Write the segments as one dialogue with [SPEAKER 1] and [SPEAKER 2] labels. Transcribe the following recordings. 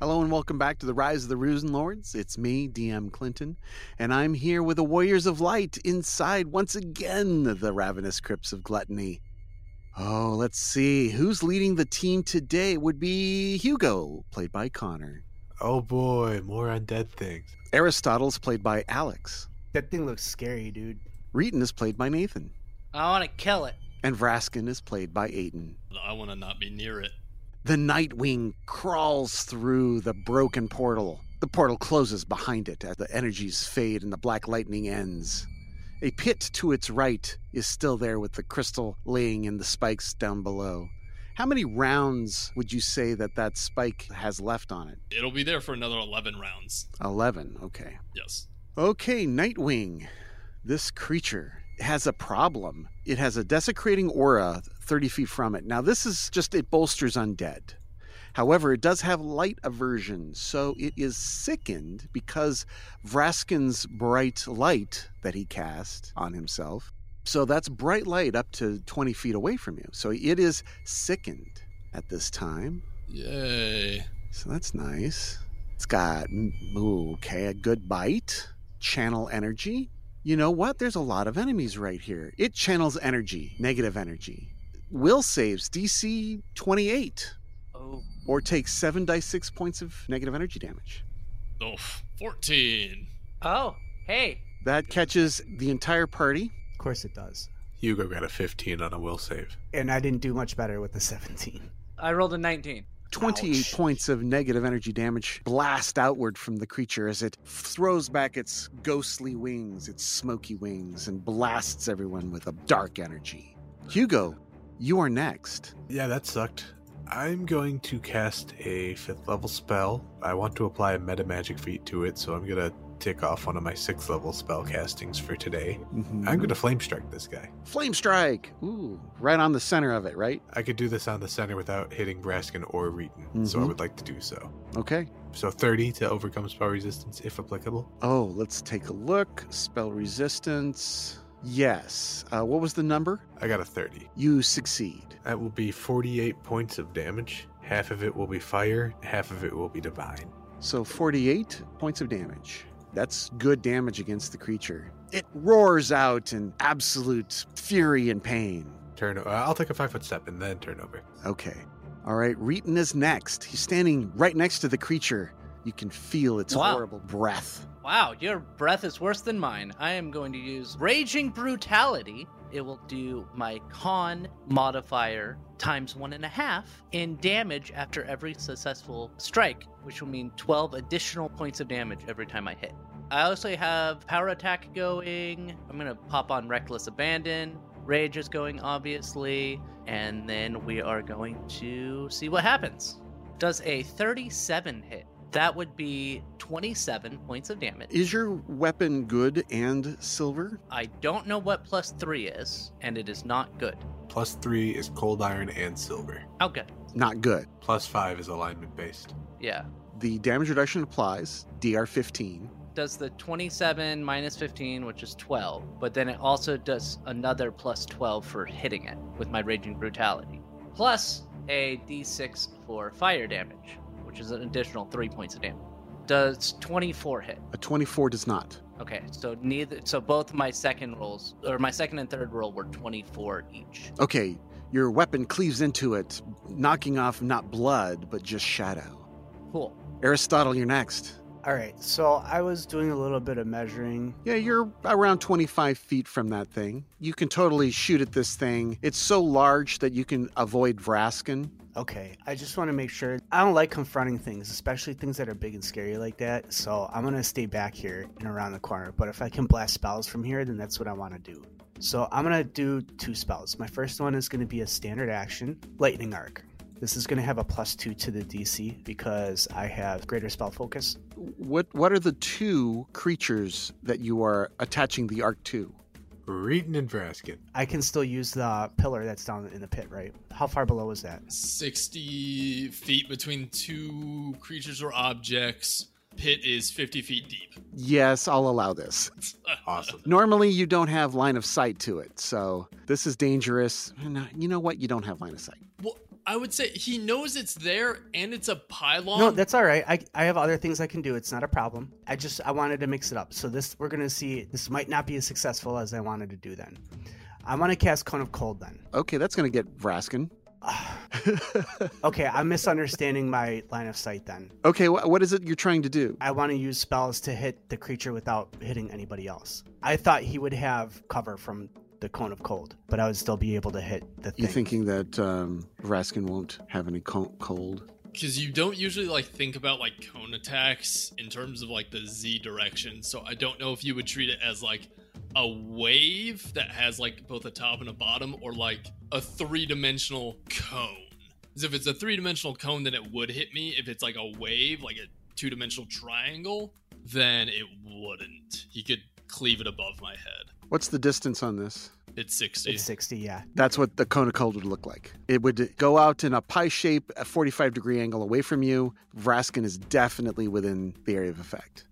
[SPEAKER 1] Hello and welcome back to the Rise of the Rusin Lords. It's me, DM Clinton, and I'm here with the Warriors of Light inside once again the ravenous crypts of gluttony. Oh, let's see. Who's leading the team today would be Hugo, played by Connor.
[SPEAKER 2] Oh boy, more undead things.
[SPEAKER 1] Aristotle's played by Alex.
[SPEAKER 3] That thing looks scary, dude.
[SPEAKER 1] Reeton is played by Nathan.
[SPEAKER 4] I want to kill it.
[SPEAKER 1] And Vraskin is played by Aiden.
[SPEAKER 5] I want to not be near it.
[SPEAKER 1] The Nightwing crawls through the broken portal. The portal closes behind it as the energies fade and the black lightning ends. A pit to its right is still there with the crystal laying in the spikes down below. How many rounds would you say that that spike has left on it?
[SPEAKER 5] It'll be there for another 11 rounds.
[SPEAKER 1] 11, okay.
[SPEAKER 5] Yes.
[SPEAKER 1] Okay, Nightwing. This creature has a problem. It has a desecrating aura 30 feet from it. Now, this is just, it bolsters undead. However, it does have light aversion, so it is sickened because Vraskin's bright light that he cast on himself. So that's bright light up to 20 feet away from you. So it is sickened at this time.
[SPEAKER 5] Yay.
[SPEAKER 1] So that's nice. It's got, ooh, okay, a good bite, channel energy, you know what? There's a lot of enemies right here. It channels energy, negative energy. Will saves DC 28
[SPEAKER 4] Oh,
[SPEAKER 1] or takes 7 dice 6 points of negative energy damage.
[SPEAKER 5] Oof. 14.
[SPEAKER 4] oh, hey,
[SPEAKER 1] That catches the entire party.
[SPEAKER 3] Of course it does.
[SPEAKER 2] Hugo got a 15 on a will save.
[SPEAKER 3] And I didn't do much better with the 17.
[SPEAKER 4] I rolled a 19.
[SPEAKER 1] 28
[SPEAKER 3] Ouch.
[SPEAKER 1] points of negative energy damage blast outward from the creature as it throws back its ghostly wings, its smoky wings, and blasts everyone with a dark energy. Hugo, you are next.
[SPEAKER 2] Yeah, that sucked. I'm going to cast a fifth level spell. I want to apply a meta magic feat to it, so I'm gonna tick off one of my sixth level spell castings for today. I'm gonna flame strike this guy.
[SPEAKER 1] Flame strike. Ooh, right on the center of it, right?
[SPEAKER 2] I could do this on the center without hitting Braskin or Reeton, so I
[SPEAKER 3] Mm-hmm.
[SPEAKER 1] Mhm.
[SPEAKER 2] would like to do so.
[SPEAKER 1] Okay.
[SPEAKER 2] So 30 to overcome spell resistance if applicable.
[SPEAKER 1] Oh, let's take a look. Spell resistance. Yes. Uh, what was the number?
[SPEAKER 2] I got a 30.
[SPEAKER 1] You succeed.
[SPEAKER 2] That will be 48 points of damage. Half of it will be fire, half of it will be divine.
[SPEAKER 1] So 48 points of damage. That's good damage against the creature. It roars out in absolute fury and pain.
[SPEAKER 2] Turn. Uh, I'll take a five foot step and then turn over.
[SPEAKER 1] Okay. All right, Reeton is next. He's standing right next to the creature. You can feel its
[SPEAKER 4] Wow.
[SPEAKER 1] horrible breath.
[SPEAKER 4] Wow, your breath is worse than mine. I am going to use Raging Brutality. It will do my con modifier times one and a half in damage after every successful strike, which will mean 12 additional points of damage every time I hit. I also have Power Attack going. I'm going to pop on Reckless Abandon. Rage is going, obviously. And then we are going to see what happens. Does a 37 hit? That would be 27 points of damage.
[SPEAKER 1] Is your weapon good and silver?
[SPEAKER 4] I don't know what plus three is, and it is not good.
[SPEAKER 2] Plus three is cold iron and silver.
[SPEAKER 4] How good?
[SPEAKER 1] Not good.
[SPEAKER 2] Plus five is alignment based.
[SPEAKER 4] Yeah.
[SPEAKER 1] The damage reduction applies, DR 15.
[SPEAKER 4] Does the 27 minus 15, which is 12, but then it also does another plus 12 for hitting it with my Raging Brutality, plus a d6 for fire damage, which is an additional three points of damage. Does 24 hit?
[SPEAKER 1] A 24 does not.
[SPEAKER 4] Okay, so neither, so both my second rolls, or my second and third roll were 24 each.
[SPEAKER 1] Okay, your weapon cleaves into it, knocking off not blood, but just shadow.
[SPEAKER 4] Cool.
[SPEAKER 1] Aristotle, you're next.
[SPEAKER 3] All right, so I was doing a little bit of measuring.
[SPEAKER 1] Yeah, you're around 25 feet from that thing. You can totally shoot at this thing. It's so large that you can avoid Vraskin.
[SPEAKER 3] Okay, I just want to make sure. I don't like confronting things, especially things that are big and scary like that. So I'm going to stay back here and around the corner. But if I can blast spells from here, then that's what I want to do. So I'm going to do two spells. My first one is going to be a standard action Lightning Arc. This is going to have a plus two to the DC because I have greater spell focus.
[SPEAKER 1] What, what are the two creatures that you are attaching the arc to?
[SPEAKER 2] Breeding and Vraskin.
[SPEAKER 3] I can still use the pillar that's down in the pit, right? How far below is that?
[SPEAKER 5] 60 feet between two creatures or objects. Pit is 50 feet deep.
[SPEAKER 1] Yes, I'll allow this.
[SPEAKER 2] Awesome.
[SPEAKER 1] Normally, you don't have line of sight to it, so this is dangerous. No, You know what? You don't have line of sight.
[SPEAKER 5] Well, I would say he knows it's there and it's a pylon.
[SPEAKER 3] No, that's all right. I, I have other things I can do. It's not a problem. I just I wanted to mix it up. So this we're gonna see. This might not be as successful as I wanted to do. Then I want to cast Cone of Cold. Then
[SPEAKER 1] Okay, that's going to get Vraskin.
[SPEAKER 3] okay, I'm misunderstanding my line of sight. Then
[SPEAKER 1] okay, wh- what is it you're trying to do?
[SPEAKER 3] I want to use spells to hit the creature without hitting anybody else. I thought he would have cover from the Cone of Cold, but I would still be able to hit the thing.
[SPEAKER 1] You thinking that um, Vraskin won't have any co- cold?
[SPEAKER 5] because you don't usually like think about like cone attacks in terms of like the z direction so i don't know if you would treat it as like a wave that has like both a top and a bottom or like a three-dimensional cone 'Cause if it's a three-dimensional cone then it would hit me if it's like a wave like a two-dimensional triangle then it wouldn't he could cleave it above my head
[SPEAKER 1] What's the distance on this?
[SPEAKER 5] it's 60
[SPEAKER 3] It's sixty. Yeah.
[SPEAKER 1] That's what the cone of cold would look like. It would go out in a pie shape, a 45 degree angle away from you. Vraskin is definitely within the area of effect.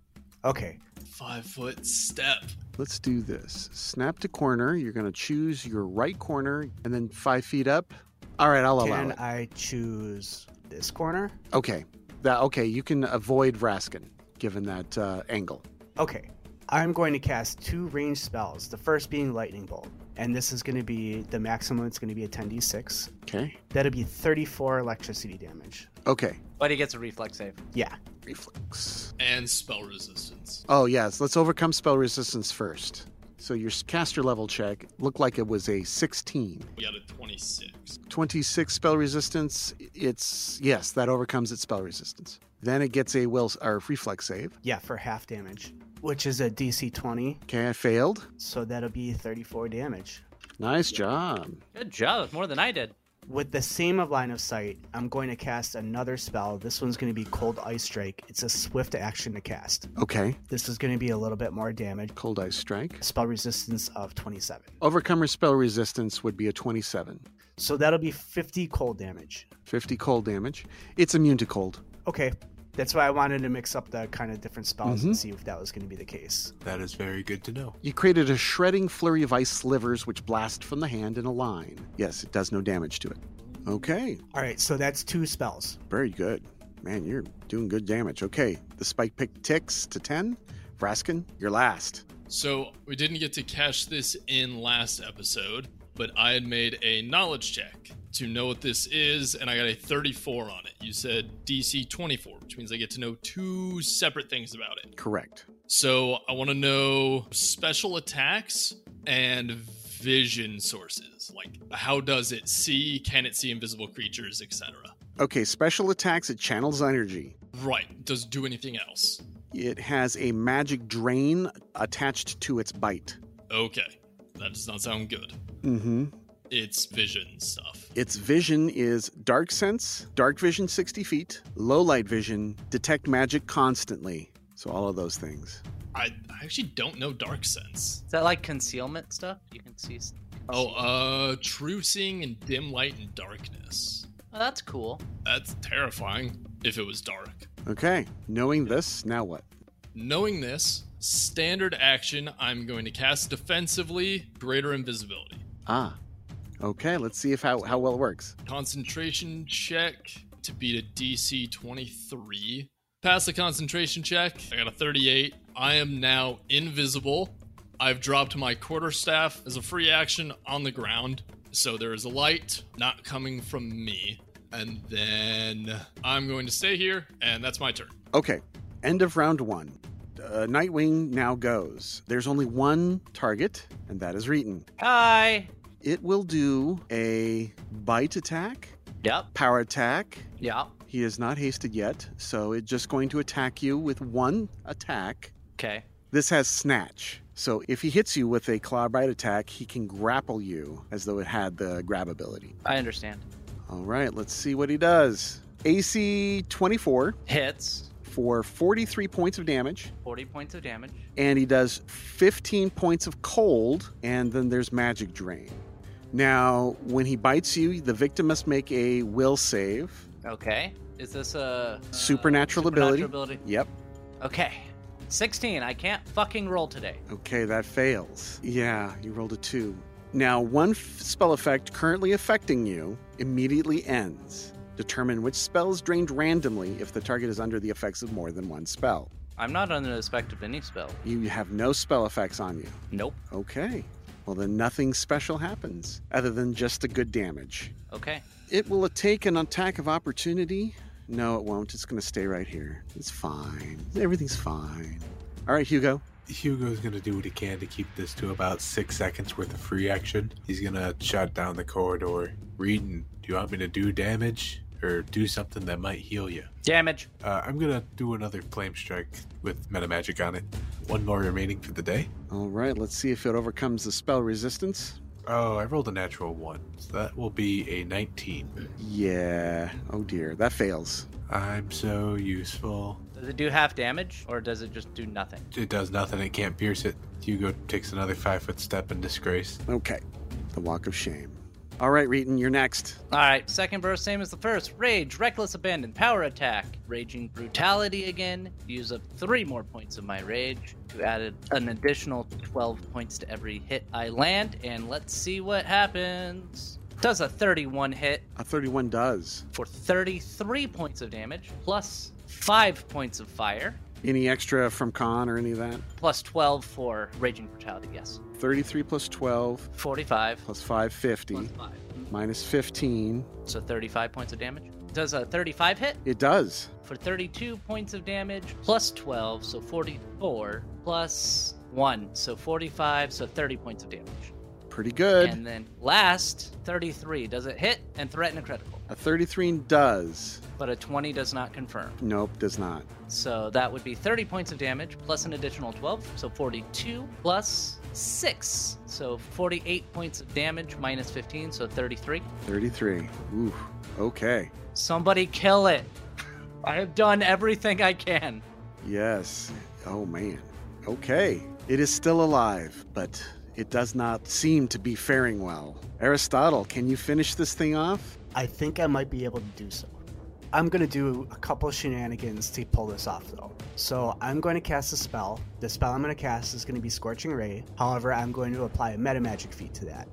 [SPEAKER 3] Okay.
[SPEAKER 5] five foot step
[SPEAKER 1] Let's do this. Snap to corner. You're going to choose your right corner and then five feet up. All right, I'll allow
[SPEAKER 3] Can
[SPEAKER 1] it.
[SPEAKER 3] I choose this corner?
[SPEAKER 1] Okay. That, okay, you can avoid Vraskin given that uh, angle.
[SPEAKER 3] Okay. I'm going to cast two ranged spells, the first being Lightning Bolt. And this is going to be the maximum, it's going to be a 10d6.
[SPEAKER 1] Okay.
[SPEAKER 3] That'll be 34 electricity damage.
[SPEAKER 1] Okay.
[SPEAKER 4] But he gets a reflex save.
[SPEAKER 3] Yeah.
[SPEAKER 1] Reflex.
[SPEAKER 5] and spell resistance
[SPEAKER 1] Oh, yes. Let's overcome spell resistance first. So your caster level check looked like it was a 16.
[SPEAKER 5] we got a 26
[SPEAKER 1] 26 spell resistance. It's yes, that overcomes its spell resistance. Then it gets a will or reflex save.
[SPEAKER 3] Yeah, for half damage, which is a DC 20.
[SPEAKER 1] Okay, I failed.
[SPEAKER 3] So that'll be 34 damage.
[SPEAKER 1] Nice job.
[SPEAKER 4] Good job. More than I did.
[SPEAKER 3] With the same of line of sight, I'm going to cast another spell. This one's going to be Cold Ice Strike. It's a swift action to cast.
[SPEAKER 1] Okay,
[SPEAKER 3] This is going to be a little bit more damage.
[SPEAKER 1] cold ice strike.
[SPEAKER 3] Spell resistance of 27.
[SPEAKER 1] Overcomer spell resistance would be a 27.
[SPEAKER 3] So that'll be 50 cold damage.
[SPEAKER 1] 50 cold damage. It's immune to cold.
[SPEAKER 3] Okay. That's why I wanted to mix up the kind of different spells and
[SPEAKER 1] Mhm.
[SPEAKER 3] see if that was going to be the case.
[SPEAKER 2] That is very good to know.
[SPEAKER 1] You created a shredding flurry of ice slivers which blast from the hand in a line. Yes, it does no damage to it. Okay,
[SPEAKER 3] All right, so that's two spells.
[SPEAKER 1] very good. Man, you're doing good damage. Okay, the spike pick ticks to 10. Vraskin, you're last.
[SPEAKER 5] So we didn't get to cash this in last episode, but I had made a knowledge check to know what this is, and I got a 34 on it. You said DC 24, which means I get to know two separate things about it.
[SPEAKER 1] Correct.
[SPEAKER 5] So I want to know special attacks and vision sources. Like how does it see? Can it see invisible creatures, etc.
[SPEAKER 1] Okay, special attacks, it channels energy.
[SPEAKER 5] Right. Does it do anything else?
[SPEAKER 1] It has a magic drain attached to its bite.
[SPEAKER 5] Okay. That does not sound good.
[SPEAKER 1] Mm-hmm.
[SPEAKER 5] It's vision stuff.
[SPEAKER 1] Its vision is dark sense, dark vision 60 feet, low light vision, detect magic constantly. So all of those things.
[SPEAKER 5] I, I actually don't know dark sense.
[SPEAKER 4] Is that like concealment stuff? You can see. s-
[SPEAKER 5] Oh,
[SPEAKER 4] conceal-
[SPEAKER 5] uh, true seeing in dim light and darkness.
[SPEAKER 4] Oh, that's cool.
[SPEAKER 5] That's terrifying if it was dark.
[SPEAKER 1] Okay, knowing this, now what?
[SPEAKER 5] Knowing this, standard action, I'm going to cast defensively greater invisibility.
[SPEAKER 1] Ah. Okay, let's see if how, how well it works.
[SPEAKER 5] Concentration check to beat a DC 23. Pass the concentration check. I got a 38. I am now invisible. I've dropped my quarterstaff as a free action on the ground. So there is a light not coming from me. And then I'm going to stay here, and that's my turn.
[SPEAKER 1] Okay, end of round one. Uh, Nightwing now goes. There's only one target, and that is Reeton.
[SPEAKER 4] Hi.
[SPEAKER 1] It will do a bite attack,
[SPEAKER 4] Yep.
[SPEAKER 1] power attack,
[SPEAKER 4] Yep.
[SPEAKER 1] He is not hasted yet, so it's just going to attack you with one attack.
[SPEAKER 4] Okay.
[SPEAKER 1] This has snatch. So if he hits you with a claw bite attack, he can grapple you as though it had the grab ability.
[SPEAKER 4] I understand.
[SPEAKER 1] All right, let's see what he does. AC 24
[SPEAKER 4] Hits.
[SPEAKER 1] for 43 points of damage.
[SPEAKER 4] 40 points of damage.
[SPEAKER 1] and he does 15 points of cold, and then there's magic drain. Now, when he bites you, the victim must make a will save.
[SPEAKER 4] Okay. Is this a uh,
[SPEAKER 1] Supernatural ability.
[SPEAKER 4] supernatural
[SPEAKER 1] Yep.
[SPEAKER 4] Okay. 16. I can't fucking roll today.
[SPEAKER 1] Okay, that fails. Yeah, you rolled a two. Now, one f- spell effect currently affecting you immediately ends. Determine which spell is drained randomly if the target is under the effects of more than one spell.
[SPEAKER 4] I'm not under the effect of any spell.
[SPEAKER 1] You have no spell effects on you.
[SPEAKER 4] Nope.
[SPEAKER 1] Okay. Well, then nothing special happens other than just the good damage.
[SPEAKER 4] Okay.
[SPEAKER 1] It will take an attack of opportunity. No, it won't. It's going to stay right here. It's fine. Everything's fine. All right, Hugo.
[SPEAKER 2] Hugo's gonna do what he can to keep this to about six seconds worth of free action. He's gonna shut down the corridor. Reading, do you want me to do damage or do something that might heal you?
[SPEAKER 4] Damage.
[SPEAKER 2] Uh, I'm gonna do another flame strike with meta magic on it. One more remaining for the day.
[SPEAKER 1] All right, let's see if it overcomes the spell resistance.
[SPEAKER 2] Oh, I rolled a natural one, so that will be a 19.
[SPEAKER 1] Yeah. Oh dear, that fails.
[SPEAKER 2] I'm so useful.
[SPEAKER 4] Does it do half damage or does it just do nothing?
[SPEAKER 2] It does nothing. It can't pierce it. Hugo takes another five foot step in disgrace.
[SPEAKER 1] Okay. The walk of shame. All right, Reeton, you're next.
[SPEAKER 4] All right, second burst, same as the first. Rage, reckless abandon, power attack, raging brutality again. Use up three more points of my rage. You added an additional 12 points to every hit I land, and let's see what happens. Does a 31 hit
[SPEAKER 1] A 31 does.
[SPEAKER 4] for 33 points of damage, plus 5 points of fire,
[SPEAKER 1] Any extra from con or any of that?
[SPEAKER 4] plus 12 for raging brutality, yes.
[SPEAKER 1] 33 plus 12
[SPEAKER 4] 45
[SPEAKER 1] plus 5, 50
[SPEAKER 4] plus 5.
[SPEAKER 1] minus 15.
[SPEAKER 4] So 35 points of damage. Does a 35 hit?
[SPEAKER 1] It does.
[SPEAKER 4] for 32 points of damage, plus 12, so 44, plus 1, so 45, so 30 points of damage.
[SPEAKER 1] Pretty good.
[SPEAKER 4] And then last, 33. Does it hit and threaten a critical?
[SPEAKER 1] a 33 does.
[SPEAKER 4] But a 20 does not confirm.
[SPEAKER 1] Nope, does not.
[SPEAKER 4] So that would be 30 points of damage, plus an additional 12, so 42, plus 6, so 48 points of damage, minus 15, so 33.
[SPEAKER 1] 33. Ooh, okay.
[SPEAKER 4] Somebody kill it! I have done everything I can.
[SPEAKER 1] Yes. Oh, man. Okay. It is still alive, but it does not seem to be faring well. Aristotle, can you finish this thing off?
[SPEAKER 3] I think I might be able to do so. I'm going to do a couple shenanigans to pull this off, though. So I'm going to cast a spell. The spell I'm going to cast is going to be Scorching Ray. However, I'm going to apply a meta magic feat to that.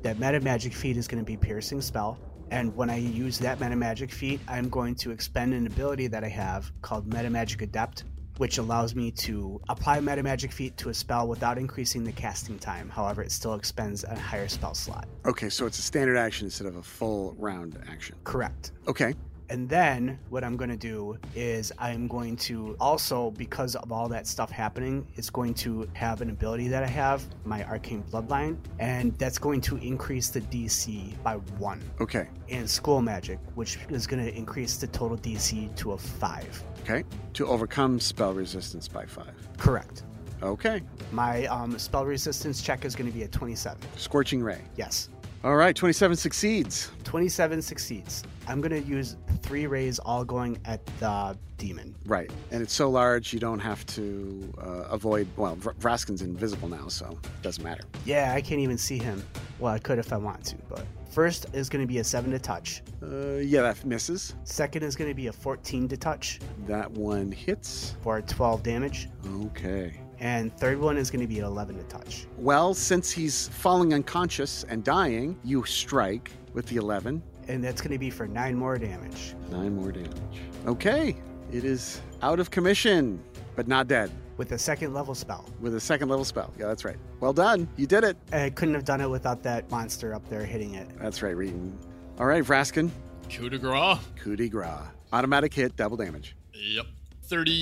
[SPEAKER 3] That meta magic feat is going to be Piercing Spell. And when I use that meta magic feat, I'm going to expend an ability that I have called Meta Magic Adept, which allows me to apply meta magic feat to a spell without increasing the casting time. However, it still expends a higher spell slot.
[SPEAKER 1] Okay, so it's a standard action instead of a full round action.
[SPEAKER 3] Correct.
[SPEAKER 1] Okay.
[SPEAKER 3] And then what I'm going to do is I'm going to also, because of all that stuff happening, it's going to have an ability that I have, my Arcane Bloodline, and that's going to increase the DC by one
[SPEAKER 1] Okay.
[SPEAKER 3] in School Magic, which is going to increase the total DC to a five.
[SPEAKER 1] Okay. To overcome spell resistance by five.
[SPEAKER 3] Correct.
[SPEAKER 1] Okay.
[SPEAKER 3] My um, spell resistance check is going to be a 27.
[SPEAKER 1] Scorching Ray.
[SPEAKER 3] Yes.
[SPEAKER 1] All right, 27 succeeds.
[SPEAKER 3] 27 succeeds. I'm going to use three rays all going at the demon.
[SPEAKER 1] Right. And it's so large, you don't have to uh, avoid. Well, Vr- Vraskin's invisible now, so it doesn't matter.
[SPEAKER 3] Yeah, I can't even see him. Well, I could if I want to, but first is going to be a 7 to touch.
[SPEAKER 1] Uh, yeah, that misses.
[SPEAKER 3] Second is going to be a 14 to touch
[SPEAKER 1] That one hits.
[SPEAKER 3] for 12 damage.
[SPEAKER 1] Okay.
[SPEAKER 3] And third one is going to be an 11 to touch.
[SPEAKER 1] Well, since he's falling unconscious and dying, you strike with the 11.
[SPEAKER 3] And that's going to be for 9 more damage
[SPEAKER 1] Nine more damage. Okay. It is out of commission, but not dead
[SPEAKER 3] with a second level spell.
[SPEAKER 1] with a second level spell. Yeah, that's right. Well done. You did it.
[SPEAKER 3] I couldn't have done it without that monster up there hitting it.
[SPEAKER 1] That's right, Reeton. All right, Vraskin.
[SPEAKER 5] Coup de grace.
[SPEAKER 1] Coup de grace. Automatic hit, double damage.
[SPEAKER 5] Yep.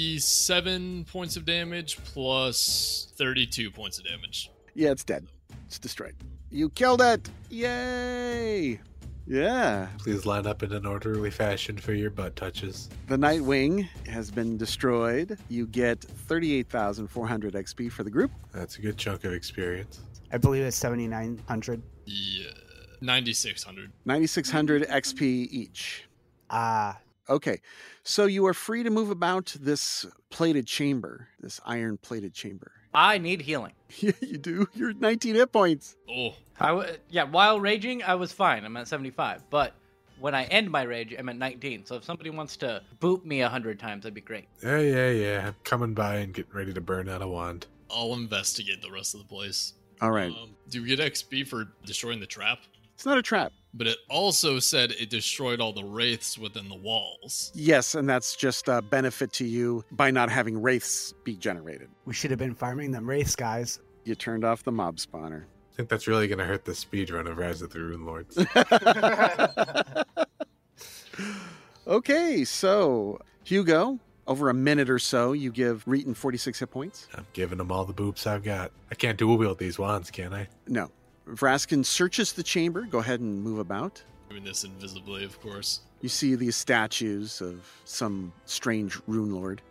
[SPEAKER 5] 37 points of damage plus 32 points of damage.
[SPEAKER 1] Yeah, it's dead. It's destroyed. You killed it. Yay. Yeah.
[SPEAKER 2] Please line up in an orderly fashion for your butt touches.
[SPEAKER 1] The Nightwing has been destroyed. You get 38,400 XP for the group.
[SPEAKER 2] That's a good chunk of experience.
[SPEAKER 3] I believe it's 7,900.
[SPEAKER 5] Yeah. 9600.
[SPEAKER 1] 9,600 XP each.
[SPEAKER 3] Ah,
[SPEAKER 1] Okay. So you are free to move about this plated chamber, this iron plated chamber.
[SPEAKER 4] I need healing.
[SPEAKER 1] Yeah, you do. You're at 19 hit points.
[SPEAKER 5] Oh,
[SPEAKER 4] I w- yeah, while raging, I was fine. I'm at 75. But when I end my rage, I'm at 19. So if somebody wants to boot me 100 times, that'd be great.
[SPEAKER 2] Yeah, yeah, yeah. I'm coming by and getting ready to burn out a wand.
[SPEAKER 5] I'll investigate the rest of the place.
[SPEAKER 1] All right.
[SPEAKER 5] Um, do we get XP for destroying the trap?
[SPEAKER 1] It's not a trap.
[SPEAKER 5] But it also said it destroyed all the wraiths within the walls.
[SPEAKER 1] Yes, and that's just a benefit to you by not having wraiths be generated.
[SPEAKER 3] We should have been farming them wraiths, guys.
[SPEAKER 1] You turned off the mob spawner.
[SPEAKER 2] I think that's really going to hurt the speedrun of Rise of the Rune Lords.
[SPEAKER 1] okay, so Hugo, over a minute or so, you give Reeton 46 hit points.
[SPEAKER 2] I'm giving them all the boobs I've got. I can't dual wield these wands, can I?
[SPEAKER 1] No. Vraskin searches the chamber. Go ahead and move about.
[SPEAKER 5] Doing this invisibly, of course.
[SPEAKER 1] You see these statues of some strange rune lord,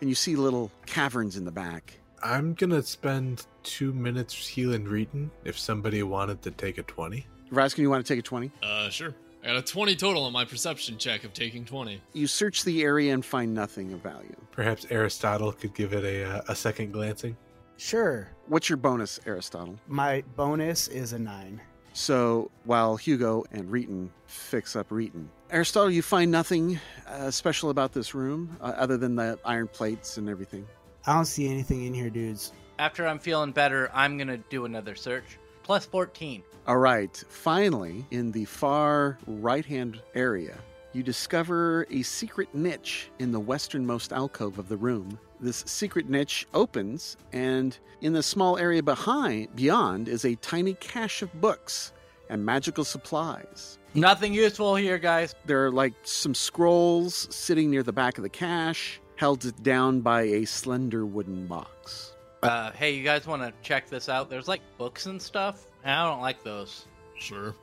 [SPEAKER 1] and you see little caverns in the back.
[SPEAKER 2] I'm going to spend two minutes healing Reeton if somebody wanted to take a 20.
[SPEAKER 1] Vraskin, you want to take a 20?
[SPEAKER 5] Uh, sure. I got a 20 total on my perception check of taking 20.
[SPEAKER 1] You search the area and find nothing of value.
[SPEAKER 2] Perhaps Aristotle could give it a, uh, a second glancing.
[SPEAKER 3] Sure.
[SPEAKER 1] What's your bonus, Aristotle?
[SPEAKER 3] My bonus is a nine.
[SPEAKER 1] So while Hugo and Reeton fix up Reeton, Aristotle, you find nothing uh, special about this room uh, other than the iron plates and everything.
[SPEAKER 3] I don't see anything in here, dudes.
[SPEAKER 4] After I'm feeling better, I'm going to do another search. Plus 14.
[SPEAKER 1] All right, finally, in the far right hand area, you discover a secret niche in the westernmost alcove of the room. This secret niche opens, and in the small area behind, beyond, is a tiny cache of books and magical supplies.
[SPEAKER 4] Nothing useful here, guys.
[SPEAKER 1] There are like some scrolls sitting near the back of the cache, held down by a slender wooden box.
[SPEAKER 4] Uh, hey, you guys want to check this out? There's like books and stuff. and I don't like those.
[SPEAKER 5] Sure.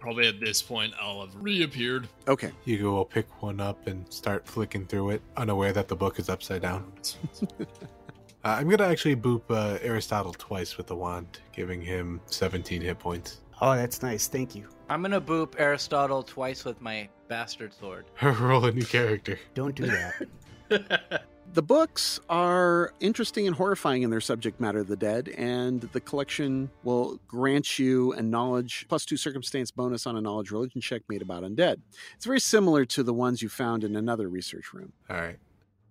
[SPEAKER 5] Probably at this point, I'll have reappeared.
[SPEAKER 1] Okay,
[SPEAKER 2] Hugo will pick one up and start flicking through it, unaware that the book is upside down. Uh, I'm going to actually boop uh, Aristotle twice with the wand, giving him 17 hit points.
[SPEAKER 3] Oh, that's nice. Thank you.
[SPEAKER 4] I'm going to boop Aristotle twice with my bastard sword.
[SPEAKER 2] Roll a new character.
[SPEAKER 3] Don't do that.
[SPEAKER 1] The books are interesting and horrifying in their subject matter of the dead, and the collection will grant you a knowledge plus two circumstance bonus on a knowledge religion check made about undead. It's very similar to the ones you found in another research room.
[SPEAKER 2] All right.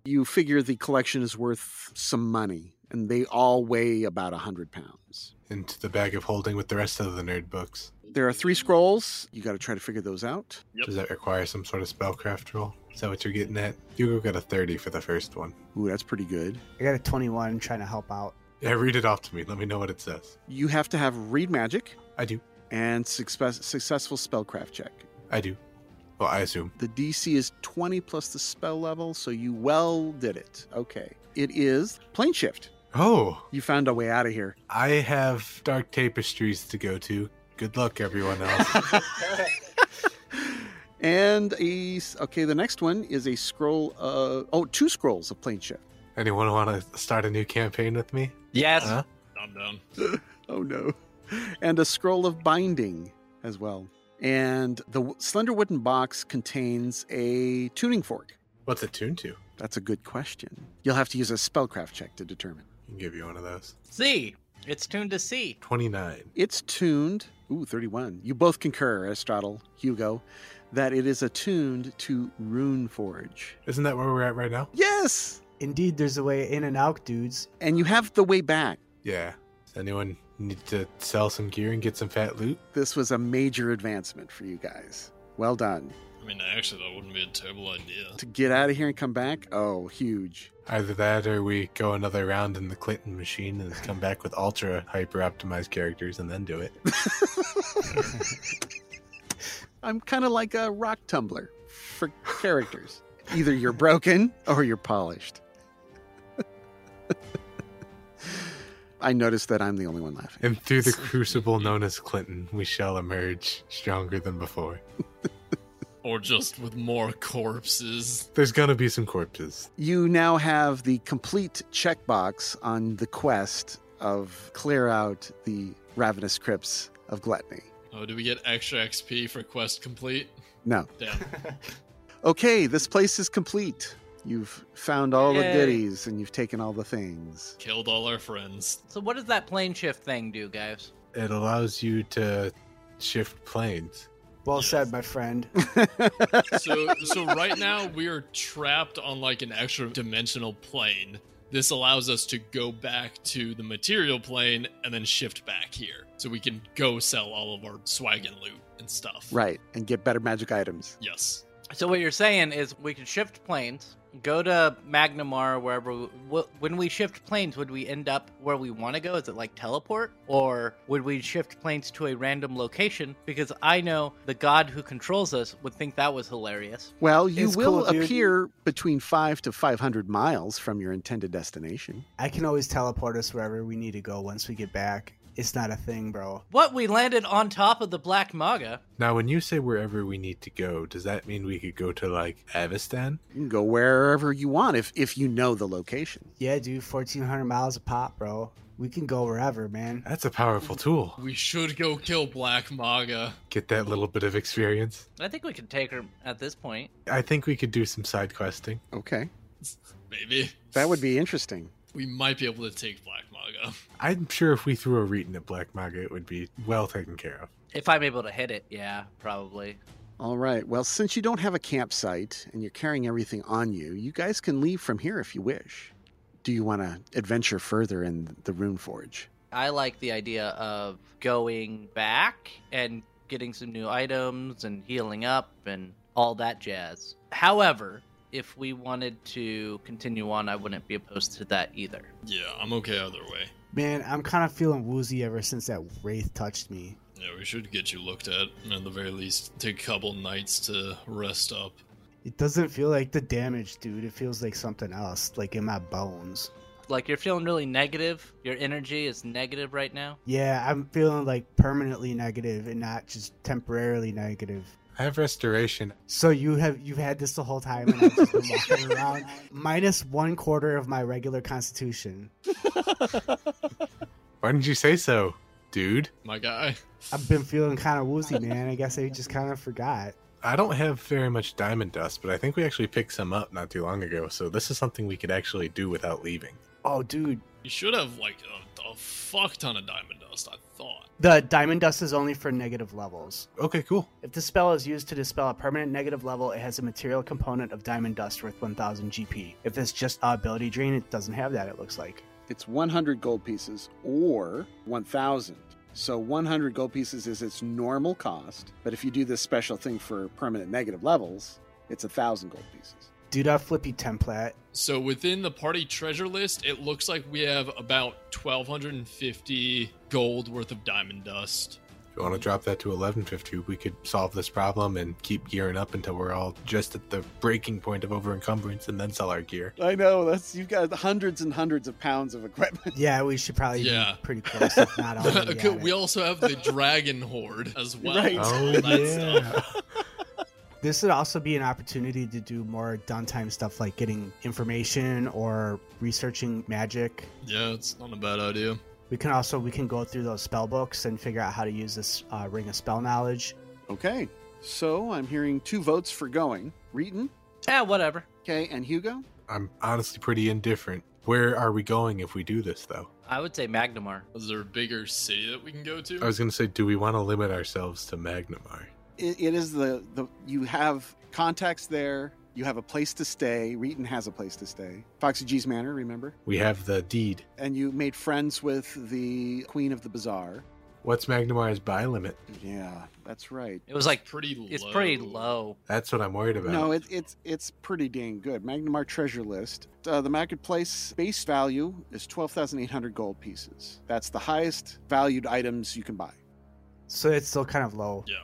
[SPEAKER 1] You figure the collection is worth some money, and they all weigh about a 100 pounds.
[SPEAKER 2] Into the bag of holding with the rest of the nerd books.
[SPEAKER 1] There are three scrolls. You got to try to figure those out.
[SPEAKER 5] Yep.
[SPEAKER 2] Does that require some sort of spellcraft roll? Is that what you're getting at? Hugo got a 30 for the first one.
[SPEAKER 1] Ooh, that's pretty good.
[SPEAKER 3] I got a 21 trying to help out.
[SPEAKER 2] Yeah, read it off to me. Let me know what it says.
[SPEAKER 1] You have to have read magic
[SPEAKER 2] I do.
[SPEAKER 1] and success, successful spellcraft check.
[SPEAKER 2] I do. Well, I assume.
[SPEAKER 1] The DC is 20 plus the spell level, so you well did it. Okay. It is plane shift.
[SPEAKER 2] Oh,
[SPEAKER 1] You found a way out of here.
[SPEAKER 2] I have dark tapestries to go to. Good luck, everyone else.
[SPEAKER 1] and a okay, the next one is a scroll uh oh, two scrolls of plane shift.
[SPEAKER 2] Anyone want to start a new campaign with me?
[SPEAKER 4] Yes.
[SPEAKER 2] Huh?
[SPEAKER 5] I'm down.
[SPEAKER 1] Oh no. And a scroll of binding as well. And the w- slender wooden box contains a tuning fork.
[SPEAKER 2] What's it tuned to?
[SPEAKER 1] That's a good question. You'll have to use a spellcraft check to determine.
[SPEAKER 2] I can give you one of those.
[SPEAKER 4] C. It's tuned to C.
[SPEAKER 2] 29.
[SPEAKER 1] It's tuned. Ooh, 31. You both concur, Aristotle, Hugo, that it is attuned to Rune Forge.
[SPEAKER 2] Isn't that where we're at right now?
[SPEAKER 1] Yes!
[SPEAKER 3] Indeed, there's a way in and out, dudes.
[SPEAKER 1] And you have the way back.
[SPEAKER 2] Yeah. Does anyone need to sell some gear and get some fat loot?
[SPEAKER 1] This was a major advancement for you guys. Well done.
[SPEAKER 5] I mean, actually, that wouldn't be a terrible idea.
[SPEAKER 1] To get out of here and come back? Oh, huge.
[SPEAKER 2] Either that or we go another round in the Clinton machine and come back with ultra hyper optimized characters and then do it.
[SPEAKER 1] I'm kind of like a rock tumbler for characters. Either you're broken or you're polished. I noticed that I'm the only one laughing.
[SPEAKER 2] And through the crucible known as Clinton, we shall emerge stronger than before.
[SPEAKER 5] Or just with more corpses.
[SPEAKER 2] There's gonna be some corpses.
[SPEAKER 1] you now have the complete checkbox on the quest of clear out the ravenous crypts of gluttony.
[SPEAKER 5] Oh, do we get extra XP for quest complete?
[SPEAKER 1] No.
[SPEAKER 5] Damn.
[SPEAKER 1] Okay, this place is complete. You've found all the
[SPEAKER 4] Yay.
[SPEAKER 1] goodies and you've taken all the things.
[SPEAKER 5] Killed all our friends.
[SPEAKER 4] So what does that plane shift thing do, guys?
[SPEAKER 2] It allows you to shift planes.
[SPEAKER 3] Well
[SPEAKER 5] Yes.
[SPEAKER 3] said, my friend.
[SPEAKER 5] So so right now we are trapped on like an extra dimensional plane. This allows us to go back to the material plane and then shift back here. So we can go sell all of our swag and loot and stuff.
[SPEAKER 1] right, and get better magic items.
[SPEAKER 5] Yes.
[SPEAKER 4] So what you're saying is we could shift planes, go to Magnamar wherever. We, wh- when we shift planes, would we end up where we want to go? Is it like teleport, or would we shift planes to a random location? Because I know the god who controls us would think that was hilarious.
[SPEAKER 1] Well, you
[SPEAKER 3] It's
[SPEAKER 1] will
[SPEAKER 3] cool, dude.
[SPEAKER 1] appear between 5 to 500 miles from your intended destination.
[SPEAKER 3] I can always teleport us wherever we need to go once we get back. It's not a thing, bro.
[SPEAKER 4] What we landed on top of the Black Maga.
[SPEAKER 2] Now, when you say wherever we need to go, does that mean we could go to like Avistan?
[SPEAKER 1] You can go wherever you want if if you know the location.
[SPEAKER 3] Yeah, dude, 1,400 miles a pop, bro. We can go wherever, man.
[SPEAKER 2] That's a powerful tool.
[SPEAKER 5] We should go kill Black Maga.
[SPEAKER 2] Get that little bit of experience.
[SPEAKER 4] I think we could take her at this point.
[SPEAKER 2] I think we could do some side questing.
[SPEAKER 1] Okay.
[SPEAKER 5] Maybe.
[SPEAKER 1] That would be interesting.
[SPEAKER 5] We might be able to take Black Maga.
[SPEAKER 2] I'm sure if we threw a retin at Black Maga, it would be well taken care of.
[SPEAKER 4] If I'm able to hit it, yeah, probably.
[SPEAKER 1] All right. Well, since you don't have a campsite and you're carrying everything on you, you guys can leave from here if you wish. Do you want to adventure further in the Rune Forge?
[SPEAKER 4] I like the idea of going back and getting some new items and healing up and all that jazz. However, if we wanted to continue on, I wouldn't be opposed to that either.
[SPEAKER 5] Yeah, I'm okay either way.
[SPEAKER 3] Man, I'm kind of feeling woozy ever since that wraith touched me.
[SPEAKER 5] Yeah, we should get you looked at, and at the very least, take a couple nights to rest up.
[SPEAKER 3] It doesn't feel like the damage, dude. It feels like something else, like in my bones.
[SPEAKER 4] Like you're feeling really negative. Your energy is negative right now.
[SPEAKER 3] Yeah, I'm feeling like permanently negative and not just temporarily negative.
[SPEAKER 2] I have restoration.
[SPEAKER 3] So you have you've had this the whole time and I've just been walking around minus one quarter of my regular constitution.
[SPEAKER 2] Why didn't you say so, dude?
[SPEAKER 5] My guy.
[SPEAKER 3] I've been feeling kind of woozy, man. I guess I just kind of forgot.
[SPEAKER 2] I don't have very much diamond dust, but I think we actually picked some up not too long ago, so this is something we could actually do without leaving.
[SPEAKER 3] Oh, dude,
[SPEAKER 5] You should have, like, a, a fuck ton of diamond dust, I thought.
[SPEAKER 3] the diamond dust is only for negative levels.
[SPEAKER 2] Okay, cool.
[SPEAKER 3] If the spell is used to dispel a permanent negative level, it has a material component of diamond dust worth 1000 GP. If it's just a ability drain, it doesn't have that. It looks like.
[SPEAKER 1] It's 100 gold pieces or 1,000. So 100 gold pieces is its normal cost, but if you do this special thing for permanent negative levels, it's 1,000 gold pieces.
[SPEAKER 3] Dude, I'll flip you templat.
[SPEAKER 5] So within the party treasure list, it looks like we have about 1,250 gold worth of diamond dust.
[SPEAKER 2] If you want to drop that to 1150, we could solve this problem and keep gearing up until we're all just at the breaking point of over encumbrance and then sell our gear.
[SPEAKER 1] I know, that's you've got hundreds and hundreds of pounds of equipment.
[SPEAKER 3] Yeah, we should probably
[SPEAKER 5] Yeah.
[SPEAKER 3] be pretty close, if not already. at
[SPEAKER 5] Okay,
[SPEAKER 3] it.
[SPEAKER 5] we also have the dragon horde as well. uh,
[SPEAKER 1] Right.
[SPEAKER 5] All
[SPEAKER 2] Oh,
[SPEAKER 5] that stuff.
[SPEAKER 2] yeah.
[SPEAKER 3] This would also be an opportunity to do more downtime stuff like getting information or researching magic.
[SPEAKER 5] Yeah, it's not a bad idea.
[SPEAKER 3] We can also we can go through those spell books and figure out how to use this uh, ring of spell knowledge.
[SPEAKER 1] Okay, so I'm hearing two votes for going. Reeton,
[SPEAKER 4] Yeah, Eh, whatever.
[SPEAKER 1] okay, and Hugo?
[SPEAKER 2] I'm honestly pretty indifferent. Where are we going if we do this, though?
[SPEAKER 4] I would say Magnamar.
[SPEAKER 5] Is there a bigger city that we can go to?
[SPEAKER 4] Oh,
[SPEAKER 2] I was going to say, do we want to limit ourselves to Magnamar?
[SPEAKER 1] it, it is the, the you have contacts there you have a place to stay Reeton has a place to stay foxy g's manor remember
[SPEAKER 2] We have the deed.
[SPEAKER 1] and you made friends with the queen of the bazaar
[SPEAKER 2] What's Magnamar's buy limit?
[SPEAKER 1] yeah that's right
[SPEAKER 4] It was like
[SPEAKER 5] pretty low.
[SPEAKER 4] it's pretty low.
[SPEAKER 2] That's what I'm worried about.
[SPEAKER 1] no, it, it's it's pretty dang good. Magnamar treasure list. Uh, the marketplace base value is twelve thousand eight hundred gold pieces. That's the highest valued items you can buy.
[SPEAKER 3] So it's still kind of low.
[SPEAKER 5] Yeah.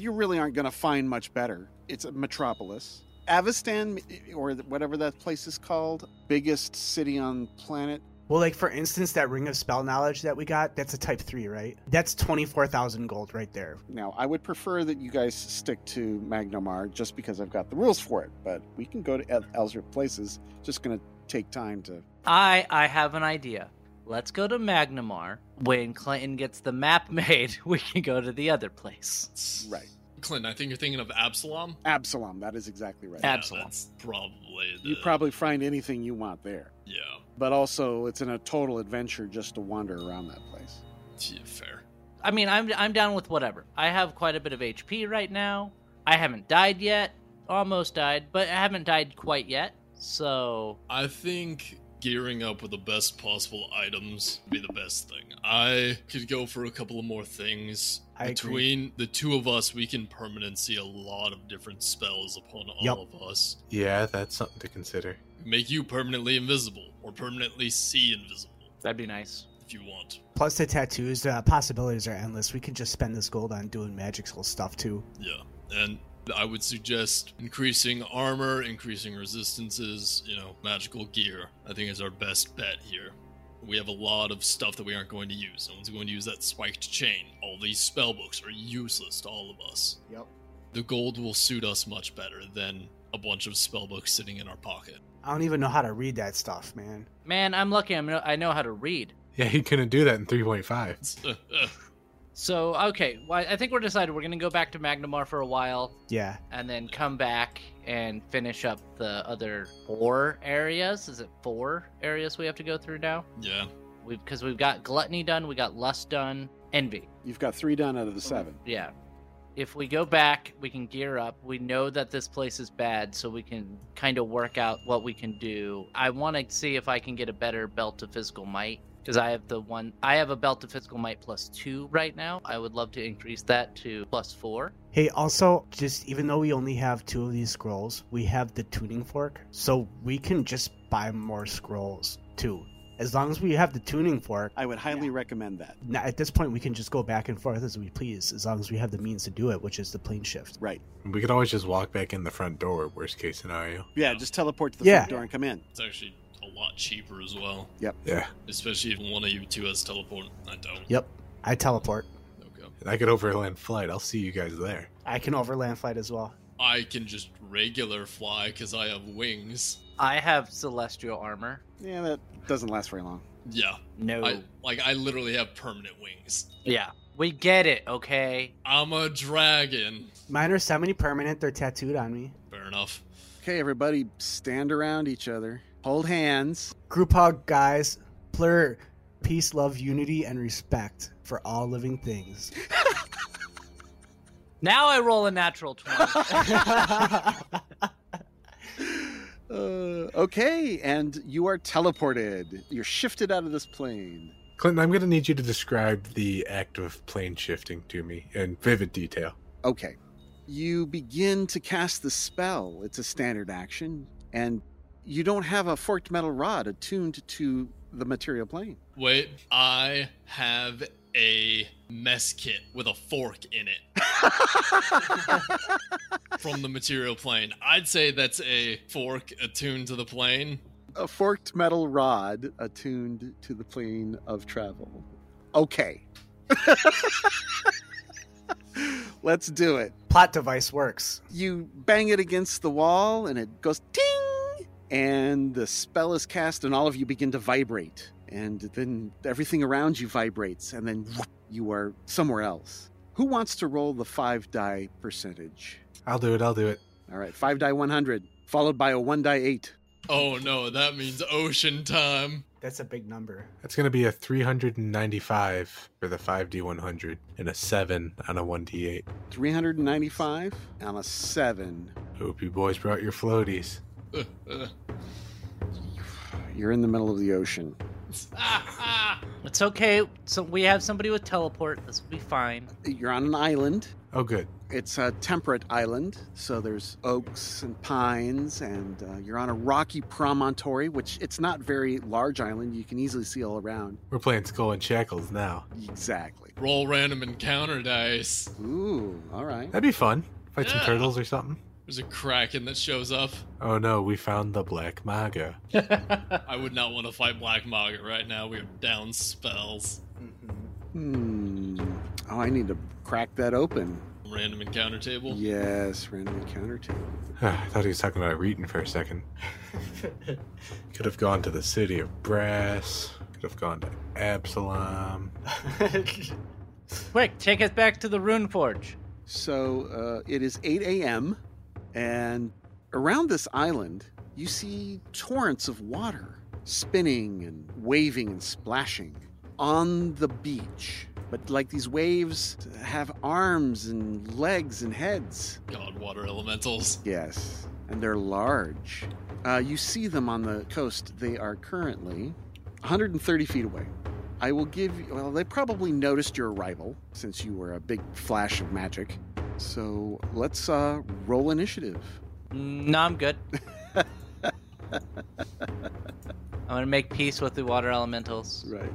[SPEAKER 1] you really aren't going to find much better. It's a metropolis. Avistan, or whatever that place is called, biggest city on planet.
[SPEAKER 3] Well, like for instance, that ring of spell knowledge that we got, that's a type three, right? That's twenty four thousand gold right there.
[SPEAKER 1] Now, I would prefer that you guys stick to Magnomar just because I've got the rules for it, but we can go to el- Elsric places. Just going to take time to.
[SPEAKER 4] I I have an idea. Let's go to Magnamar. When Clinton gets the map made, we can go to the other place.
[SPEAKER 1] Right.
[SPEAKER 5] Clint, I think you're thinking of Absalom.
[SPEAKER 1] Absalom, that is exactly right.
[SPEAKER 5] Yeah,
[SPEAKER 4] Absalom.
[SPEAKER 5] that's probably the,
[SPEAKER 1] You probably find anything you want there.
[SPEAKER 5] yeah.
[SPEAKER 1] But also, it's in a total adventure just to wander around that place.
[SPEAKER 5] yeah, fair.
[SPEAKER 4] I mean, I'm I'm down with whatever. I have quite a bit of HP right now. I haven't died yet. Almost died, but I haven't died quite yet. So
[SPEAKER 5] I think gearing up with the best possible items would be the best thing. I could go for a couple of more things.
[SPEAKER 3] I agree.
[SPEAKER 5] Between the two of us, we can permanency a lot of different spells upon all
[SPEAKER 3] Yup.
[SPEAKER 5] of us.
[SPEAKER 2] Yeah, that's something to consider.
[SPEAKER 5] Make you permanently invisible or permanently see invisible
[SPEAKER 4] that'd be nice.
[SPEAKER 5] if you want.
[SPEAKER 3] Plus the tattoos, the possibilities are endless. We can just spend this gold on doing magical stuff too.
[SPEAKER 5] Yeah. And I would suggest increasing armor, increasing resistances, you know, magical gear. I think is our best bet here. We have a lot of stuff that we aren't going to use. No one's going to use that spiked chain. All these spell books are useless to all of us.
[SPEAKER 1] Yep.
[SPEAKER 5] The gold will suit us much better than a bunch of spell books sitting in our pocket.
[SPEAKER 3] I don't even know how to read that stuff, man.
[SPEAKER 4] Man, I'm lucky. I'm no, I know how to read.
[SPEAKER 2] Yeah, he couldn't do that in 3.5.
[SPEAKER 4] So okay, well, I think we're decided. We're gonna go back to Magnamar for a while,
[SPEAKER 3] Yeah.
[SPEAKER 4] and then come back and finish up the other four areas. Is it four areas we have to go through now?
[SPEAKER 5] yeah.
[SPEAKER 4] We've because we've got gluttony done, we got lust done, envy.
[SPEAKER 1] You've got three done out of the seven.
[SPEAKER 4] Yeah. If we go back, we can gear up. We know that this place is bad, so we can kind of work out what we can do. I want to see if I can get a better belt of physical might because I have the one. I have a belt of physical might plus two right now. I would love to increase that to plus four.
[SPEAKER 3] Hey, also, just even though we only have two of these scrolls, we have the tuning fork, so we can just buy more scrolls too. As long as we have the tuning fork,
[SPEAKER 1] I would highly recommend that.
[SPEAKER 3] now, at this point we can just go back and forth as we please, as long as we have the means to do it, which is the plane shift.
[SPEAKER 1] Right.
[SPEAKER 2] We could always just walk back in the front door, worst case scenario.
[SPEAKER 1] Yeah, just teleport to the
[SPEAKER 3] Yeah.
[SPEAKER 1] front door and come in.
[SPEAKER 5] It's actually a lot cheaper as well.
[SPEAKER 2] Yeah.
[SPEAKER 5] Especially if one of you two has teleport. I don't.
[SPEAKER 3] Yep, I teleport.
[SPEAKER 5] Okay.
[SPEAKER 2] And I could overland flight. I'll see you guys there.
[SPEAKER 3] I can overland flight as well.
[SPEAKER 5] I can just regular fly because I have wings.
[SPEAKER 4] I have celestial armor.
[SPEAKER 1] Yeah, that doesn't last very long.
[SPEAKER 5] Yeah.
[SPEAKER 4] No.
[SPEAKER 5] I, like I literally have permanent wings.
[SPEAKER 4] Yeah. We get it, okay?
[SPEAKER 5] I'm a dragon.
[SPEAKER 3] Mine are semi permanent, they're tattooed on me.
[SPEAKER 5] Fair enough.
[SPEAKER 1] Okay, everybody, stand around each other, hold hands.
[SPEAKER 3] Group hug, guys. Plur, peace, love, unity, and respect for all living things.
[SPEAKER 4] Now I roll a natural 20.
[SPEAKER 1] Uh, okay, and you are teleported. You're shifted out of this plane.
[SPEAKER 2] Clinton, I'm going to need you to describe the act of plane shifting to me in vivid detail.
[SPEAKER 1] Okay. You begin to cast the spell. It's a standard action, and you don't have a forked metal rod attuned to the material plane.
[SPEAKER 5] Wait, I have a mess kit with a fork in it from the material plane. I'd say that's a fork attuned to the plane.
[SPEAKER 1] a forked metal rod attuned to the plane of travel. Okay. Let's do it.
[SPEAKER 3] Plot device works.
[SPEAKER 1] You bang it against the wall, and it goes ting, and the spell is cast, and all of you begin to vibrate. And then everything around you vibrates, and then whoop, you are somewhere else. Who wants to roll the five die percentage?
[SPEAKER 2] I'll do it. I'll do it.
[SPEAKER 1] All right, five die 100, followed by a one die eight.
[SPEAKER 5] Oh no, that means ocean time.
[SPEAKER 3] That's a big number.
[SPEAKER 2] That's going to be a 395 for the 5D100 and a 7 on a 1D8.
[SPEAKER 1] 395 on a seven.
[SPEAKER 2] Hope you boys brought your floaties.
[SPEAKER 5] Uh, uh.
[SPEAKER 1] You're in the middle of the ocean.
[SPEAKER 5] Ah, ah.
[SPEAKER 4] it's okay. So we have somebody with teleport. This will be fine.
[SPEAKER 1] You're on an island.
[SPEAKER 2] Oh, good.
[SPEAKER 1] It's a temperate island, so there's oaks and pines, and uh, you're on a rocky promontory, which it's not very large island. You can easily see all around.
[SPEAKER 2] We're playing Skull and Shackles now.
[SPEAKER 1] Exactly.
[SPEAKER 5] Roll random encounter dice.
[SPEAKER 1] Ooh, all right.
[SPEAKER 2] That'd be fun. Fight some
[SPEAKER 5] Yeah.
[SPEAKER 2] turtles or something.
[SPEAKER 5] There's a kraken that shows up.
[SPEAKER 2] Oh no, we found the Black Maga.
[SPEAKER 5] I would not want to fight Black Maga right now. We are down spells.
[SPEAKER 3] Mm-hmm.
[SPEAKER 1] Hmm. Oh, I need to crack that open.
[SPEAKER 5] Random encounter table.
[SPEAKER 1] Yes, random encounter table.
[SPEAKER 2] Ah, I thought he was talking about Reeton for a second. Could have gone to the city of Brass. Could have gone to Absalom.
[SPEAKER 4] Quick, take us back to the Rune Forge.
[SPEAKER 1] So uh, it is 8 a.m., and around this island, you see torrents of water spinning and waving and splashing on the beach. But like these waves have arms and legs and heads.
[SPEAKER 5] God, water elementals.
[SPEAKER 1] Yes, and they're large. Uh, you see them on the coast. They are currently 130 feet away. I will give you, well, they probably noticed your arrival since you were a big flash of magic. So let's uh, roll initiative.
[SPEAKER 4] Mm, No, I'm good. I'm gonna make peace with the water elementals.
[SPEAKER 1] Right.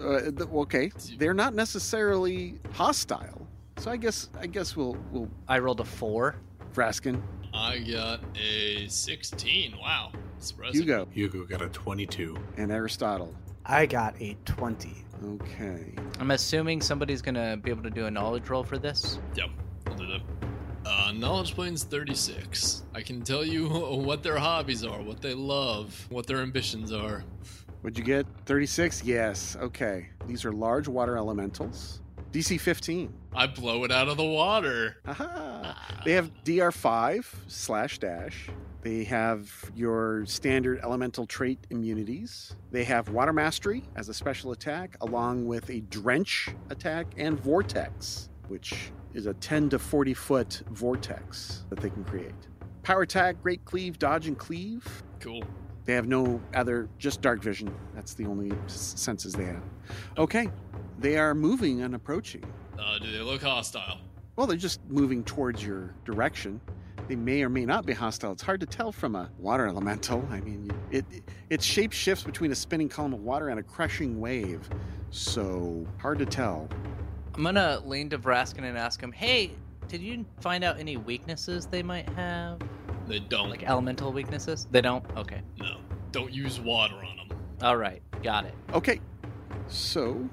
[SPEAKER 1] Uh, th- okay. They're not necessarily hostile. So I guess I guess we'll we'll
[SPEAKER 4] I rolled a four.
[SPEAKER 1] Raskin,
[SPEAKER 5] I got a 16. Wow. Surprising.
[SPEAKER 1] Hugo,
[SPEAKER 2] Hugo got a 22.
[SPEAKER 1] and Aristotle.
[SPEAKER 3] I got a 20.
[SPEAKER 1] Okay.
[SPEAKER 4] I'm assuming somebody's gonna be able to do a knowledge roll for this.
[SPEAKER 5] Yep. I'll do that. Uh, knowledge planes 36. I can tell you what their hobbies are, what they love, what their ambitions are.
[SPEAKER 1] What'd you get? 36? Yes. Okay. These are large water elementals. DC 15.
[SPEAKER 5] I blow it out of the water.
[SPEAKER 1] Aha. They have DR5 slash dash. They have your standard elemental trait immunities. They have Water Mastery as a special attack, along with a Drench attack and Vortex, which is a 10 to 40 foot vortex that they can create. Power attack, Great Cleave, Dodge, and Cleave.
[SPEAKER 5] Ah, Cool.
[SPEAKER 1] They have no other, just dark vision. That's the only s- senses they have. Okay. They are moving and approaching.
[SPEAKER 5] Uh, do they look hostile?
[SPEAKER 1] Well, they're just moving towards your direction. They may or may not be hostile. It's hard to tell from a water elemental. I mean, it it shape shifts between a spinning column of water and a crushing wave, so hard to tell.
[SPEAKER 4] I'm gonna lean to Vraskin and ask him, "Hey, did you find out any weaknesses they might have?
[SPEAKER 5] They don't.
[SPEAKER 4] Like elemental weaknesses? They don't. Okay.
[SPEAKER 5] no. Don't use water on them.
[SPEAKER 4] All right. Got it.
[SPEAKER 1] Okay, so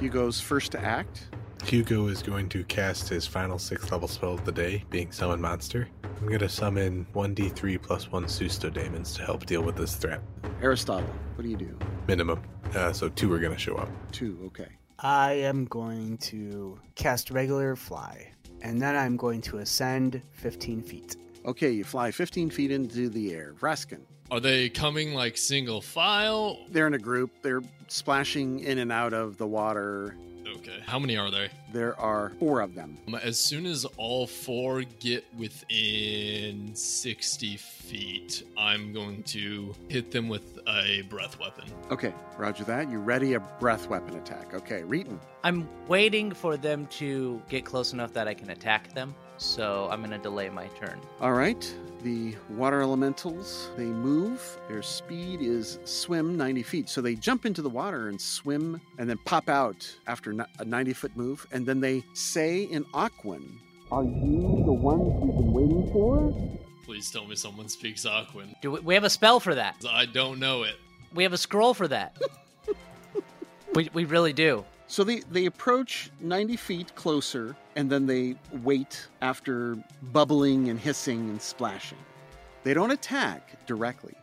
[SPEAKER 1] Hugo's first to act.
[SPEAKER 2] Hugo is going to cast his final sixth level spell of the day, being Summon Monster. I'm going to summon 1d3 plus 1 Susto Daemons to help deal with this threat.
[SPEAKER 1] Aristotle, what do you do?
[SPEAKER 2] Minimum. Uh, so two are going to show up.
[SPEAKER 1] Two. Okay.
[SPEAKER 3] I am going to cast regular fly, and then I'm going to ascend 15 feet.
[SPEAKER 1] Okay, you fly 15 feet into the air. Raskin.
[SPEAKER 5] Are they coming like single file?
[SPEAKER 1] They're in a group. They're splashing in and out of the water.
[SPEAKER 5] Okay. How many are there?
[SPEAKER 1] There are four of them.
[SPEAKER 5] Um, As soon as all four get within 60 feet, I'm going to hit them with a breath weapon.
[SPEAKER 1] Okay, roger that. You ready a breath weapon attack. Okay, Reeton.
[SPEAKER 4] I'm waiting for them to get close enough that I can attack them. So I'm gonna delay my turn.
[SPEAKER 1] All right, the water elementals, they move. Their speed is swim 90 feet. So they jump into the water and swim and then pop out after ni- a 90 foot move. And then they say in Aquan, Are you the ones we've been waiting for?
[SPEAKER 5] Please tell me someone speaks Aquan.
[SPEAKER 4] Do we, we have a spell for that?
[SPEAKER 5] I don't know it.
[SPEAKER 4] We have a scroll for that. we we really do.
[SPEAKER 1] So they, they approach 90 feet closer and then they wait after bubbling and hissing and splashing. They don't attack directly.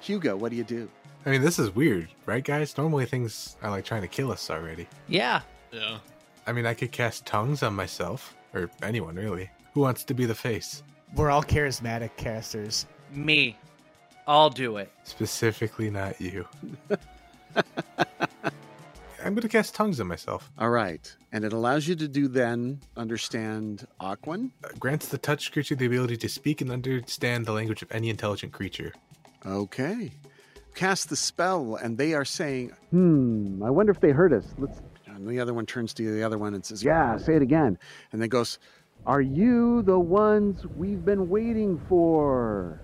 [SPEAKER 1] Hugo, what do you do?
[SPEAKER 2] I mean, this is weird, right, guys? Normally things are like trying to kill us already.
[SPEAKER 4] Yeah.
[SPEAKER 5] Yeah.
[SPEAKER 2] I mean, I could cast tongues on myself, or anyone really. Who wants to be the face?
[SPEAKER 3] We're all charismatic casters.
[SPEAKER 4] Me. I'll do it.
[SPEAKER 2] Specifically, not you. I'm going to cast tongues on myself.
[SPEAKER 1] All right. And it allows you to do then understand Aquan.
[SPEAKER 2] Uh, grants the touch creature the ability to speak and understand the language of any intelligent creature.
[SPEAKER 1] Okay. Cast the spell, and they are saying, Hmm, I wonder if they heard us. Let's. And the other one turns to the other one and says, Yeah, say it again. And then goes, Are you the ones we've been waiting for?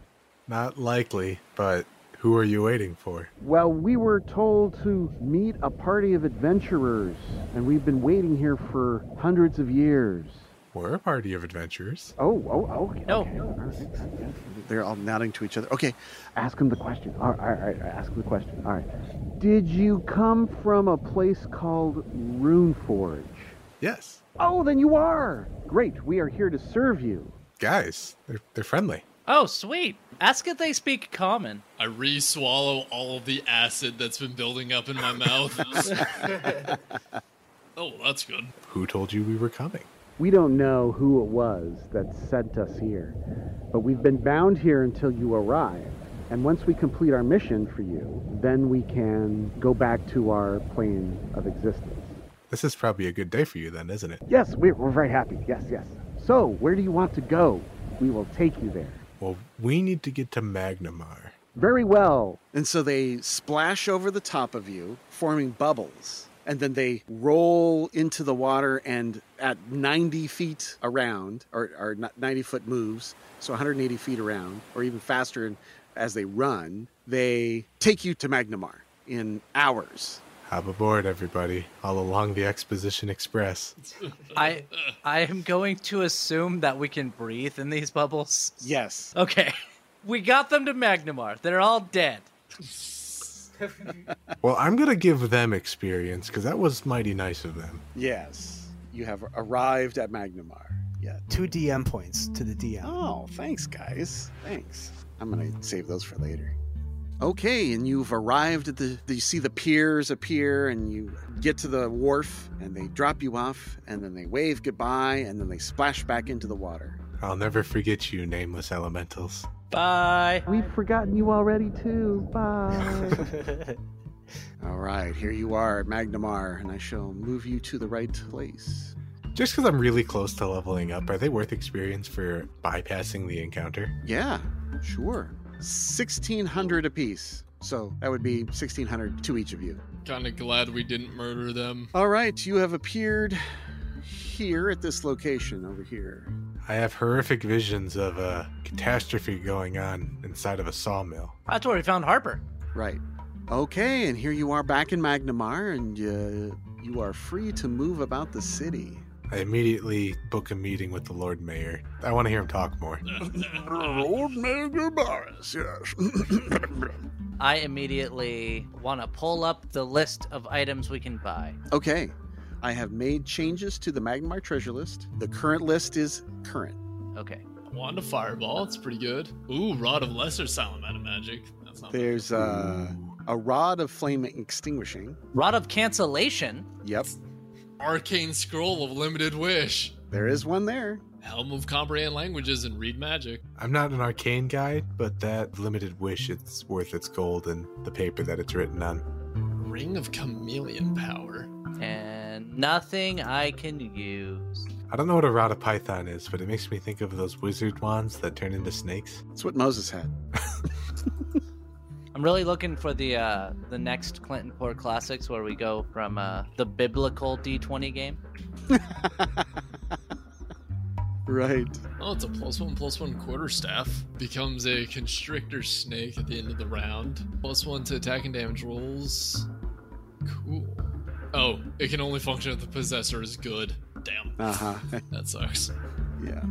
[SPEAKER 2] Not likely, but who are you waiting for?
[SPEAKER 1] Well, we were told to meet a party of adventurers, and we've been waiting here for hundreds of years.
[SPEAKER 2] We're a party of adventurers.
[SPEAKER 1] Oh, oh, oh. Okay.
[SPEAKER 4] No.
[SPEAKER 1] okay, all right. They're all nodding to each other. Okay, ask him the question. All right, all right, all right, ask him the question. All right. Did you come from a place called Runeforge?
[SPEAKER 2] Yes.
[SPEAKER 1] Oh, then you are. Great, we are here to serve you.
[SPEAKER 2] Guys, they're, they're friendly.
[SPEAKER 4] Oh, sweet. Ask if they speak common.
[SPEAKER 5] I re swallow all of the acid that's been building up in my mouth. oh, that's good.
[SPEAKER 2] Who told you we were coming?
[SPEAKER 1] We don't know who it was that sent us here, but we've been bound here until you arrive. And once we complete our mission for you, then we can go back to our plane of existence.
[SPEAKER 2] This is probably a good day for you, then, isn't it?
[SPEAKER 1] Yes, we- we're very happy. Yes, yes. So, where do you want to go? We will take you there.
[SPEAKER 2] Well, we need to get to Magnamar.
[SPEAKER 1] Very well. And so they splash over the top of you, forming bubbles. And then they roll into the water and at 90 feet around, or, or not- 90 foot moves, so 180 feet around, or even faster and as they run, they take you to Magnamar in hours.
[SPEAKER 2] Hop aboard, everybody, all along the Exposition Express.
[SPEAKER 4] I I am going to assume that we can breathe in these bubbles.
[SPEAKER 1] Yes.
[SPEAKER 4] Okay. We got them to Magnamar. They're all dead.
[SPEAKER 2] Well, I'm going to give them experience because that was mighty nice of them.
[SPEAKER 1] Yes. You have arrived at Magnamar. Yet.
[SPEAKER 3] Two DM points to the DM.
[SPEAKER 1] Oh, thanks, guys. Thanks. I'm going to save those for later. Okay, and you've arrived at the. You see the piers appear, and you get to the wharf, and they drop you off, and then they wave goodbye, and then they splash back into the water.
[SPEAKER 2] I'll never forget you, nameless elementals.
[SPEAKER 4] Bye.
[SPEAKER 1] We've forgotten you already, too. Bye. All right, here you are at Magnamar, and I shall move you to the right place.
[SPEAKER 2] Just because I'm really close to leveling up, are they worth experience for bypassing the encounter?
[SPEAKER 1] Yeah, sure. 1600 apiece. So that would be 1600 to each of you.
[SPEAKER 5] Kind of glad we didn't murder them.
[SPEAKER 1] All right, you have appeared here at this location over here.
[SPEAKER 2] I have horrific visions of a catastrophe going on inside of a sawmill.
[SPEAKER 4] That's where we found Harper.
[SPEAKER 1] Right. Okay, and here you are back in Magnamar, and uh, you are free to move about the city.
[SPEAKER 2] I immediately book a meeting with the Lord Mayor. I want to hear him talk more.
[SPEAKER 1] Old Magnamaris, yes.
[SPEAKER 4] I immediately want to pull up the list of items we can buy.
[SPEAKER 1] okay, I have made changes to the Magnamar treasure list. The current list is current.
[SPEAKER 4] Okay.
[SPEAKER 5] Wand of Fireball, it's pretty good. Ooh, Rod of Lesser Salamander Magic. That's not bad.
[SPEAKER 1] There's uh, a rod of flame extinguishing.
[SPEAKER 4] Rod of Cancellation.
[SPEAKER 1] Yep,
[SPEAKER 5] Arcane Scroll of Limited Wish.
[SPEAKER 1] there is one there.
[SPEAKER 5] Helm of Comprehend Languages and Read Magic.
[SPEAKER 2] I'm not an arcane guy, but that limited wish it's worth its gold and the paper that it's written on.
[SPEAKER 5] Ring of Chameleon Power.
[SPEAKER 4] And nothing I can use.
[SPEAKER 2] I don't know what a rod of python is, but it makes me think of those wizard wands that turn into snakes.
[SPEAKER 1] It's what Moses had.
[SPEAKER 4] I'm really looking for the uh, the next Clinton Port Classics where we go from uh, the biblical D20 game.
[SPEAKER 1] right.
[SPEAKER 5] Oh, it's a plus one, plus one quarter staff. Becomes a constrictor snake at the end of the round. Plus one to attack and damage rolls. Cool. Oh, it can only function if the possessor is good. Damn,
[SPEAKER 1] Uh huh.
[SPEAKER 5] that sucks.
[SPEAKER 1] yeah.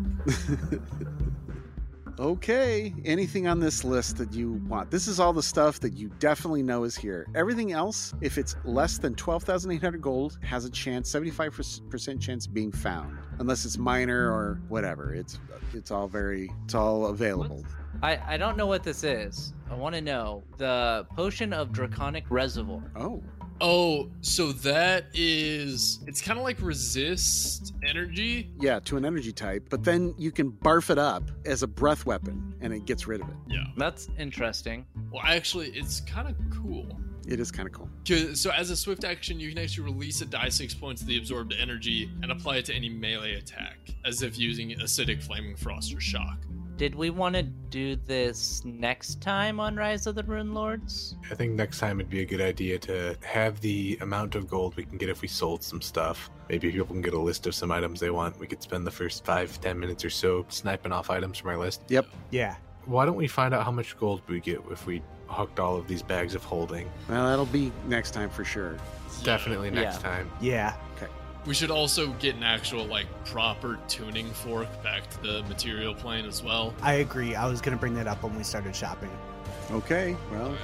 [SPEAKER 1] okay. Anything on this list that you want? This is all the stuff that you definitely know is here. Everything else, if it's less than 12,800 gold, has a chance, 75% chance of being found. Unless it's minor or whatever. It's it's all very it's all available.
[SPEAKER 4] I, I don't know what this is. I want to know the potion of draconic reservoir.
[SPEAKER 1] Oh.
[SPEAKER 5] Oh, so that is. It's kind of like resist energy.
[SPEAKER 1] Yeah, to an energy type, but then you can barf it up as a breath weapon and it gets rid of it.
[SPEAKER 5] Yeah.
[SPEAKER 4] That's interesting.
[SPEAKER 5] Well, actually, it's kind of cool.
[SPEAKER 1] It is kind of cool.
[SPEAKER 5] 'Cause- So, as a swift action, you can actually release a die six points of the absorbed energy and apply it to any melee attack, as if using acidic, flaming frost, or shock.
[SPEAKER 4] Did we want to do this next time on Rise of the Rune Lords?
[SPEAKER 2] I think next time it'd be a good idea to have the amount of gold we can get if we sold some stuff. Maybe people can get a list of some items they want. We could spend the first five, ten minutes or so sniping off items from our list.
[SPEAKER 3] yeah.
[SPEAKER 2] Why don't we find out how much gold we get if we hooked all of these bags of holding?
[SPEAKER 1] Well, that'll be next time for sure.
[SPEAKER 2] Definitely next
[SPEAKER 4] Yeah.
[SPEAKER 2] time.
[SPEAKER 3] Yeah.
[SPEAKER 5] We should also get an actual, like, proper tuning fork back to the material plane as well.
[SPEAKER 3] I agree. I was going to bring that up when we started shopping.
[SPEAKER 1] Okay, well,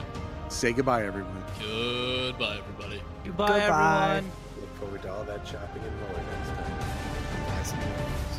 [SPEAKER 1] say goodbye, everyone.
[SPEAKER 5] Goodbye, everybody.
[SPEAKER 4] Goodbye,
[SPEAKER 3] Goodbye.
[SPEAKER 4] everyone.
[SPEAKER 2] Look forward to all that shopping and more next time.
[SPEAKER 3] That's-